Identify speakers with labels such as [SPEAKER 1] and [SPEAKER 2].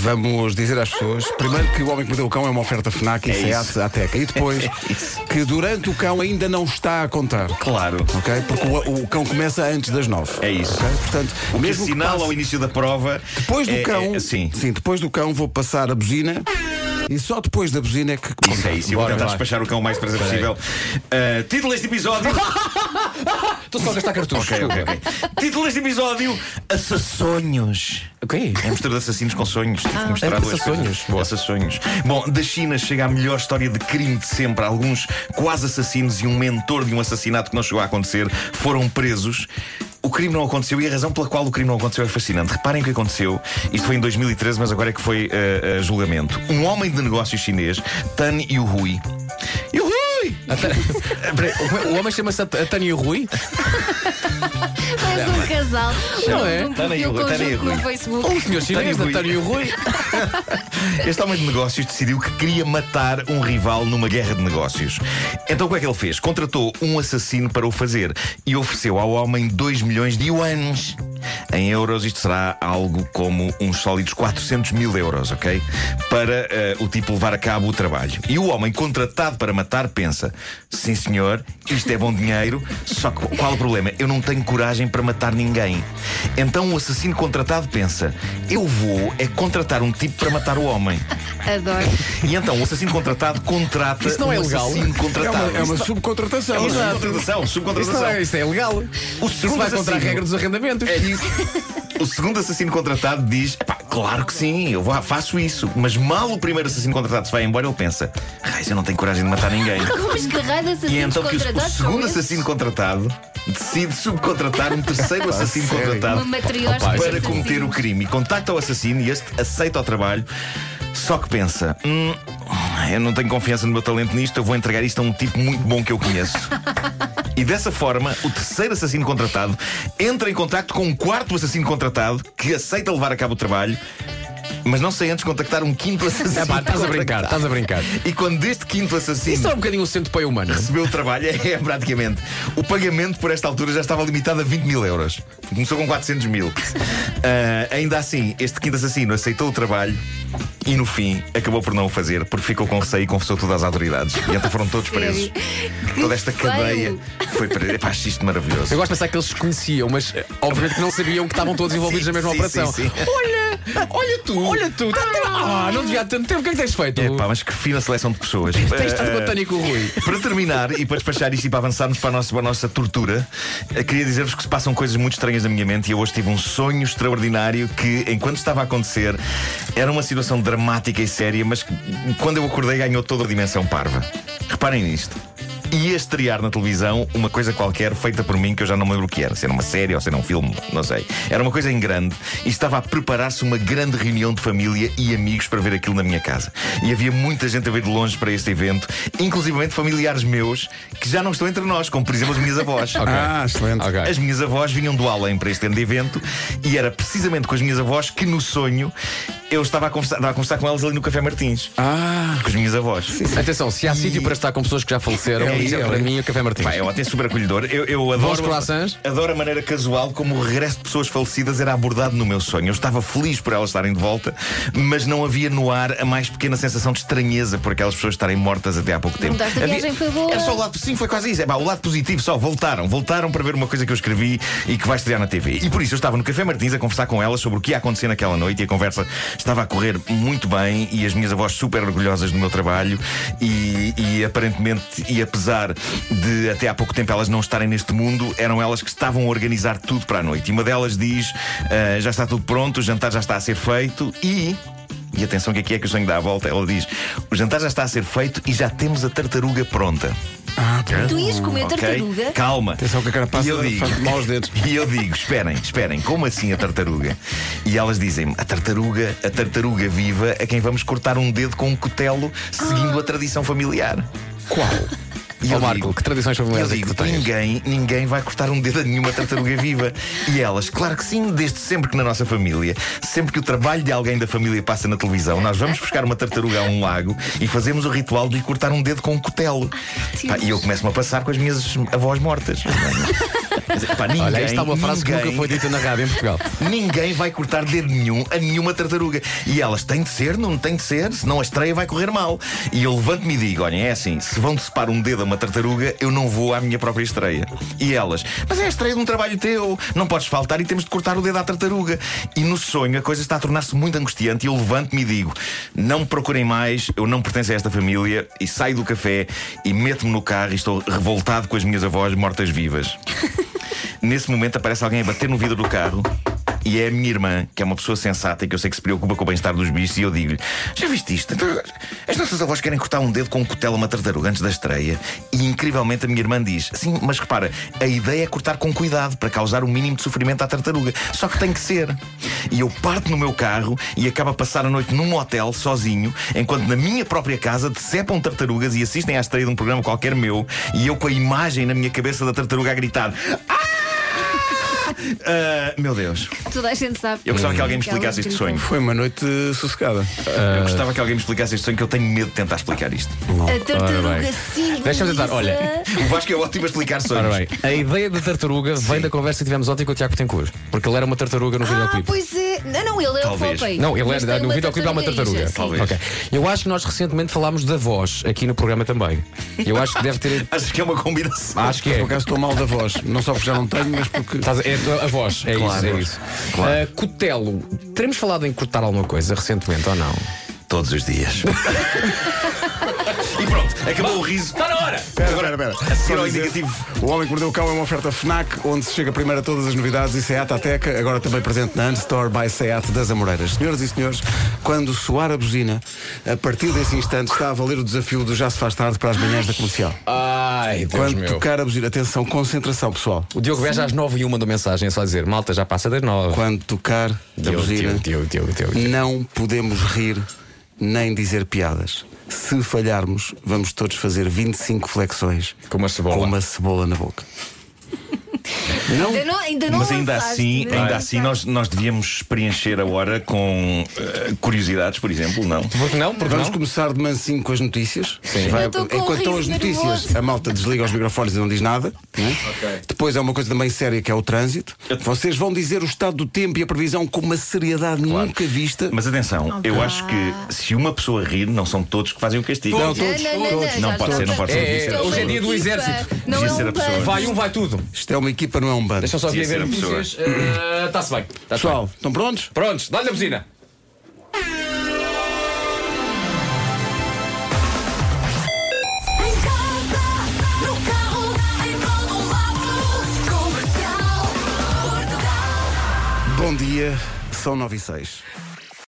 [SPEAKER 1] Vamos dizer às pessoas, primeiro que o Homem que Mordeu o Cão é uma oferta FNAC e
[SPEAKER 2] É
[SPEAKER 1] SEAT
[SPEAKER 2] isso.
[SPEAKER 1] à Teca. E depois,
[SPEAKER 2] É isso.
[SPEAKER 1] que durante o cão ainda não está a contar.
[SPEAKER 2] Claro.
[SPEAKER 1] Ok? Porque o, o cão começa antes das nove.
[SPEAKER 2] É isso.
[SPEAKER 1] Ok? Portanto,
[SPEAKER 2] O que
[SPEAKER 1] mesmo que
[SPEAKER 2] assinala
[SPEAKER 1] passe-
[SPEAKER 2] ao início da prova.
[SPEAKER 1] depois do
[SPEAKER 2] é-
[SPEAKER 1] cão,
[SPEAKER 2] é- sim.
[SPEAKER 1] sim, depois do cão vou passar a buzina e só depois da buzina é que conta.
[SPEAKER 2] Isso é isso. Eu vou
[SPEAKER 1] Bora,
[SPEAKER 2] tentar
[SPEAKER 1] vai.
[SPEAKER 2] despachar o cão o mais depressa possível. Ah, título deste episódio.
[SPEAKER 1] Estou só a gastar cartuchos.
[SPEAKER 2] ok, ok, ok. Título deste episódio: Assassonhos.
[SPEAKER 3] Ok.
[SPEAKER 2] É mistura de assassinos com sonhos. Tive que misturar
[SPEAKER 3] É,
[SPEAKER 2] duas
[SPEAKER 3] assassonhos.
[SPEAKER 2] coisas. Assassonhos. Bom, da China chega a melhor história de crime de sempre. Alguns quase assassinos e um mentor de um assassinato que não chegou a acontecer foram presos. O crime não aconteceu e a razão pela qual o crime não aconteceu é fascinante. Reparem o que aconteceu. Isto foi em 2013, mas agora é que foi eh, eh, julgamento. Um homem de negócios chinês, Tan Yuhui. Yuhui!
[SPEAKER 3] o homem chama-se Tânia Rui?
[SPEAKER 4] És um casal.
[SPEAKER 2] Não
[SPEAKER 3] é?
[SPEAKER 4] Um
[SPEAKER 2] Tá na
[SPEAKER 4] perfil
[SPEAKER 2] Rui, tá na
[SPEAKER 4] conjunto
[SPEAKER 2] Rui.
[SPEAKER 4] no Facebook.
[SPEAKER 3] Ou o Um senhor
[SPEAKER 2] Tânia
[SPEAKER 3] chinês da
[SPEAKER 2] Rui.
[SPEAKER 3] Tânia Rui?
[SPEAKER 2] Este homem de negócios decidiu que queria matar um rival numa guerra de negócios. Então o que é que ele fez? Contratou um assassino para o fazer e ofereceu ao homem 2 milhões de yuans. Em euros, isto será algo como uns sólidos 400 mil euros, ok? Para eh, o tipo levar a cabo o trabalho. E o homem contratado para matar pensa: sim senhor, isto é bom dinheiro, só que qual o problema? Eu não tenho coragem para matar ninguém. Então o assassino contratado pensa: eu vou é contratar um tipo para matar o homem.
[SPEAKER 4] Adoro.
[SPEAKER 2] E então o assassino contratado contrata
[SPEAKER 3] Isso não
[SPEAKER 2] um
[SPEAKER 3] é legal.
[SPEAKER 2] assassino
[SPEAKER 1] É
[SPEAKER 2] contratado.
[SPEAKER 1] uma, é uma
[SPEAKER 2] Isso
[SPEAKER 1] subcontratação.
[SPEAKER 2] não- é uma
[SPEAKER 1] não é?
[SPEAKER 2] subcontratação,
[SPEAKER 3] Isso, não
[SPEAKER 2] subcontratação.
[SPEAKER 3] é, isso é ilegal.
[SPEAKER 2] O
[SPEAKER 3] Isso
[SPEAKER 2] segundo
[SPEAKER 3] vai contra a
[SPEAKER 2] assassino-
[SPEAKER 3] regra dos arrendamentos.
[SPEAKER 2] É isso. O segundo assassino contratado diz: "Epá, claro que sim, eu vou- faço isso. Mas mal o primeiro assassino contratado se vai embora, ele pensa: raiz, eu não tenho coragem de matar ninguém.
[SPEAKER 4] Mas que raio de
[SPEAKER 2] E é
[SPEAKER 4] assassinos
[SPEAKER 2] então que o, o
[SPEAKER 4] contratados são
[SPEAKER 2] segundo
[SPEAKER 4] esses?
[SPEAKER 2] assassino contratado decide subcontratar um terceiro assassino
[SPEAKER 1] sério?
[SPEAKER 2] contratado
[SPEAKER 4] Uma matriosca de
[SPEAKER 2] para
[SPEAKER 4] assassinos.
[SPEAKER 2] cometer o crime. E contacta o assassino e este aceita o trabalho, só que pensa: "Hum, eu não tenho confiança no meu talento nisto, eu vou entregar isto a um tipo muito bom que eu conheço. E dessa forma, o terceiro assassino contratado entra em contacto com um quarto assassino contratado que aceita levar a cabo o trabalho, mas não sem antes contactar um quinto assassino.
[SPEAKER 3] É pá, estás a brincar,
[SPEAKER 2] contratado.
[SPEAKER 3] estás a brincar.
[SPEAKER 2] E quando este quinto assassino
[SPEAKER 3] Isso é um bocadinho um centopeio humano.
[SPEAKER 2] recebeu o trabalho, é praticamente. O pagamento por esta altura já estava limitado a 20 mil euros. Começou com 400 mil. Ah, ainda assim, este quinto assassino aceitou o trabalho e no fim acabou por não o fazer porque ficou com receio e confessou tudo às autoridades. E então foram todos presos.
[SPEAKER 4] Sério?
[SPEAKER 2] Toda esta
[SPEAKER 4] Que
[SPEAKER 2] cadeia
[SPEAKER 4] feio.
[SPEAKER 2] foi presa. Epá, acho isto maravilhoso.
[SPEAKER 3] Eu gosto de pensar que eles se conheciam, mas eh, obviamente que não sabiam que estavam todos envolvidos
[SPEAKER 2] Sim,
[SPEAKER 3] na mesma
[SPEAKER 2] sim,
[SPEAKER 3] operação.
[SPEAKER 2] sim, sim.
[SPEAKER 3] Olha, olha tu, olha tu. tá- tá- Ah, não devia há tanto tempo. O que é que tens feito?
[SPEAKER 2] Epá, mas que fina seleção de pessoas.
[SPEAKER 3] Tens
[SPEAKER 2] Ah,
[SPEAKER 3] estado com o Tânia e com o Rui.
[SPEAKER 2] Para terminar e para despachar isto e para avançarmos para a nossa, para a nossa tortura, eh, queria dizer-vos que se passam coisas muito estranhas na minha mente e eu hoje tive um sonho extraordinário que, enquanto estava a acontecer, era uma situação dramática e séria, mas que, quando eu acordei ganhou toda a dimensão parva. Reparem nisto. Ia estrear na televisão uma coisa qualquer feita por mim que eu já não me lembro o que era, se era uma série ou se era um filme, não sei. Era uma coisa em grande e estava a preparar-se uma grande reunião de família e amigos para ver aquilo na minha casa. E havia muita gente a ver de longe para este evento, inclusivamente familiares meus que já não estão entre nós, como por exemplo as minhas avós.
[SPEAKER 1] Ah, excelente.
[SPEAKER 3] Ok.
[SPEAKER 2] As minhas avós vinham do além para este grande evento e era precisamente com as minhas avós que no sonho eu estava a conversar, estava a conversar com elas ali no Café Martins.
[SPEAKER 1] Ah,
[SPEAKER 2] Com as minhas avós.
[SPEAKER 3] Atenção, se há sítio para estar com pessoas que já faleceram,
[SPEAKER 2] É isso,
[SPEAKER 3] isso é
[SPEAKER 2] é
[SPEAKER 3] para
[SPEAKER 2] ali.
[SPEAKER 3] mim o Café Martins.
[SPEAKER 2] Pá, é ótimo, é super acolhedor. Eu, eu
[SPEAKER 3] Bons
[SPEAKER 2] adoro,
[SPEAKER 3] croissants.
[SPEAKER 2] adoro a maneira casual como o regresso de pessoas falecidas era abordado no meu sonho. Eu estava feliz por elas estarem de volta, mas não havia no ar a mais pequena sensação de estranheza por aquelas pessoas estarem mortas até há pouco tempo.
[SPEAKER 4] desta
[SPEAKER 2] Havia-
[SPEAKER 4] viagem foi boa.
[SPEAKER 2] Era só o lado, sim, foi quase isso. É, pá, o lado positivo só. Voltaram, voltaram para ver uma coisa que eu escrevi e que vai estrear na TV. E por isso eu estava no Café Martins a conversar com elas sobre o que ia acontecer naquela noite e a conversa estava a correr muito bem e as minhas avós super orgulhosas do meu trabalho e, e aparentemente, e apesar de até há pouco tempo elas não estarem neste mundo, eram elas que estavam a organizar tudo para a noite. E uma delas diz: "Ah, já está tudo pronto, o jantar já está a ser feito e. E atenção que aqui é que o sonho dá a volta. Ela diz: o jantar já está a ser feito e já temos a tartaruga pronta.
[SPEAKER 4] Tu ias comer
[SPEAKER 2] Ok?
[SPEAKER 4] É tartaruga?
[SPEAKER 2] Calma.
[SPEAKER 1] ah, tá. atenção que a cara
[SPEAKER 2] E
[SPEAKER 1] passa
[SPEAKER 2] eu digo.
[SPEAKER 1] faz mal os dedos.
[SPEAKER 2] E eu digo, esperem, esperem, como assim a tartaruga? E elas dizem a tartaruga, a tartaruga viva a quem vamos cortar um dedo com um cutelo, seguindo a tradição familiar.
[SPEAKER 3] Qual?
[SPEAKER 2] E
[SPEAKER 3] Ó
[SPEAKER 2] eu
[SPEAKER 3] Marco,
[SPEAKER 2] digo-
[SPEAKER 3] que tradições
[SPEAKER 2] eu
[SPEAKER 3] familiares é que
[SPEAKER 2] digo,
[SPEAKER 3] tu tens?
[SPEAKER 2] ninguém, ninguém vai cortar um dedo a nenhuma tartaruga viva. E elas, claro que sim, desde sempre que na nossa família, sempre que o trabalho de alguém da família passa na televisão, nós vamos buscar uma tartaruga a um lago e fazemos o ritual de lhe cortar um dedo com um cutelo.
[SPEAKER 4] Deus.
[SPEAKER 2] Pá, e eu começo-me a passar com as minhas avós mortas. Quer dizer, pá, ninguém,
[SPEAKER 3] Olha, esta é uma frase
[SPEAKER 2] ninguém,
[SPEAKER 3] que nunca foi dita na rádio em Portugal.
[SPEAKER 2] Ninguém vai cortar dedo nenhum a nenhuma tartaruga. E elas têm de ser, não têm de ser, senão a estreia vai correr mal. E eu levanto-me e digo: olhem, é assim, se vão decepar um dedo a uma tartaruga, eu não vou à minha própria estreia. E elas: mas é a estreia de um trabalho teu, não podes faltar e temos de cortar o dedo à tartaruga. E no sonho a coisa está a tornar-se muito angustiante e eu levanto-me e digo: não me procurem mais, eu não pertenço a esta família. E saio do café e meto-me no carro e estou revoltado com as minhas avós mortas-vivas. Nesse momento aparece alguém a bater no vidro do carro. E é a minha irmã, que é uma pessoa sensata e que eu sei que se preocupa com o bem-estar dos bichos, e eu digo-lhe: Já viste isto? Então, As nossas avós querem cortar um dedo com um cutelo a uma tartaruga antes da estreia. E incrivelmente a minha irmã diz: Sim, mas repara, a ideia é cortar com cuidado para causar o mínimo de sofrimento à tartaruga. Só que tem que ser. E eu parto no meu carro e acabo a passar a noite num hotel sozinho, enquanto na minha própria casa decepam tartarugas e assistem à estreia de um programa qualquer meu, e eu com a imagem na minha cabeça da tartaruga a gritar: "Ah!" meu Deus.
[SPEAKER 4] Toda a gente sabe.
[SPEAKER 2] Eu gostava que alguém me explicasse este sonho.
[SPEAKER 1] Foi uma noite eh, sossegada.
[SPEAKER 2] Eu gostava que alguém me explicasse este sonho, que eu tenho medo de tentar explicar isto.
[SPEAKER 4] A
[SPEAKER 3] Ora
[SPEAKER 4] tartaruga
[SPEAKER 3] bem.
[SPEAKER 4] simboliza...
[SPEAKER 3] Deixa-me tentar, olha.
[SPEAKER 2] O Vasco é ótimo a explicar
[SPEAKER 3] Ora
[SPEAKER 2] sonhos.
[SPEAKER 3] bem, a ideia da tartaruga vem da conversa que tivemos ontem com o Tiago Betancourt, porque ele era uma tartaruga no
[SPEAKER 4] Ah,
[SPEAKER 3] videoclipe.
[SPEAKER 4] pois é. Não, não, ele é o
[SPEAKER 2] Talvez.
[SPEAKER 4] Popeye.
[SPEAKER 3] Não, ele
[SPEAKER 4] Mas
[SPEAKER 3] era
[SPEAKER 4] tem
[SPEAKER 3] no videoclipe há uma tartaruga.
[SPEAKER 4] ninja, sim.
[SPEAKER 2] Talvez.
[SPEAKER 3] Ok. Eu acho que nós recentemente falámos da voz aqui no programa também. Eu acho que deve ter.
[SPEAKER 2] Acho que é uma combinação.
[SPEAKER 3] Acho que
[SPEAKER 1] Por
[SPEAKER 3] é.
[SPEAKER 1] acaso estou mal da voz. Não só porque já não tenho, mas porque.
[SPEAKER 3] Estás a- é a tua- a voz, é
[SPEAKER 2] Claro.
[SPEAKER 3] isso. É isso.
[SPEAKER 2] Claro.
[SPEAKER 3] Ah, cutelo, teremos falado em cortar alguma coisa recentemente ou não?
[SPEAKER 2] Todos os dias. e pronto, acabou o riso. Está Tá na hora!
[SPEAKER 1] Pera, pera, pera.
[SPEAKER 3] Tá.
[SPEAKER 2] A seguir
[SPEAKER 1] Só
[SPEAKER 2] ao
[SPEAKER 1] dizer,
[SPEAKER 2] indicativo.
[SPEAKER 1] O Homem que Mordeu o Cão é uma oferta FNAC, onde se chega primeiro a todas as novidades e Seat Ateca, agora também presente na Unstore by Seat das Amoreiras. Senhoras e senhores, quando soar a buzina, a partir desse instante está a valer o desafio do Já se faz tarde para as manhãs da comercial.
[SPEAKER 3] Ai, Deus
[SPEAKER 1] Quando tocar a buzina, atenção, concentração pessoal.
[SPEAKER 3] O Diogo Beja às 9 e 1 mandou mensagem é só a dizer: Malta, já passa das 9.
[SPEAKER 1] Quando tocar a
[SPEAKER 3] Diogo,
[SPEAKER 1] buzina,
[SPEAKER 3] Diogo, Diogo, Diogo, Diogo.
[SPEAKER 1] não podemos rir nem dizer piadas. Se falharmos, vamos todos fazer 25 flexões
[SPEAKER 3] Com uma cebola.
[SPEAKER 1] com uma cebola na boca. Não
[SPEAKER 4] Ainda não, ainda não né?
[SPEAKER 2] Mas ainda
[SPEAKER 4] lançaste,
[SPEAKER 2] assim,
[SPEAKER 4] não é?
[SPEAKER 2] ainda assim, nós,
[SPEAKER 4] lançaste.
[SPEAKER 2] nós devíamos preencher a hora com eh, curiosidades, por exemplo, não?
[SPEAKER 3] Porque não? Porque
[SPEAKER 1] Vamos
[SPEAKER 3] não?
[SPEAKER 1] começar de mansinho com as notícias.
[SPEAKER 3] Sim.
[SPEAKER 4] Eu tô com
[SPEAKER 1] enquanto
[SPEAKER 4] um
[SPEAKER 1] estão as
[SPEAKER 4] riso
[SPEAKER 1] notícias,
[SPEAKER 4] nervoso.
[SPEAKER 1] a malta desliga os microfones e não diz nada. né? Depois há uma coisa também séria que é o trânsito. Vocês vão dizer o estado do tempo e a previsão com uma seriedade nunca vista.
[SPEAKER 2] Mas atenção, eu acho que se uma pessoa rir, não são todos que fazem o castigo.
[SPEAKER 1] Não, todos.
[SPEAKER 4] Não, não,
[SPEAKER 1] todos.
[SPEAKER 2] Não pode ser, não pode ser.
[SPEAKER 3] É,
[SPEAKER 2] Devia ser a
[SPEAKER 3] hoje é
[SPEAKER 2] pessoa.
[SPEAKER 3] dia do exército.
[SPEAKER 4] um Não
[SPEAKER 2] Devia
[SPEAKER 4] é
[SPEAKER 2] ser
[SPEAKER 4] um
[SPEAKER 2] a pessoa.
[SPEAKER 4] bando.
[SPEAKER 3] Vai um, vai tudo.
[SPEAKER 1] Isto é uma equipa, não é um bando.
[SPEAKER 3] Deixa eu só aqui
[SPEAKER 2] Devia
[SPEAKER 3] ver
[SPEAKER 2] ser a pessoa.
[SPEAKER 3] notícias. Ah, Está-se bem. Está-se bem.
[SPEAKER 1] Pessoal, estão prontos?
[SPEAKER 3] Prontos, dá-lhe a buzina.
[SPEAKER 5] Em casa, no carro, um em todo lado, comercial, Portugal.
[SPEAKER 1] Bom dia, são 9 e 6.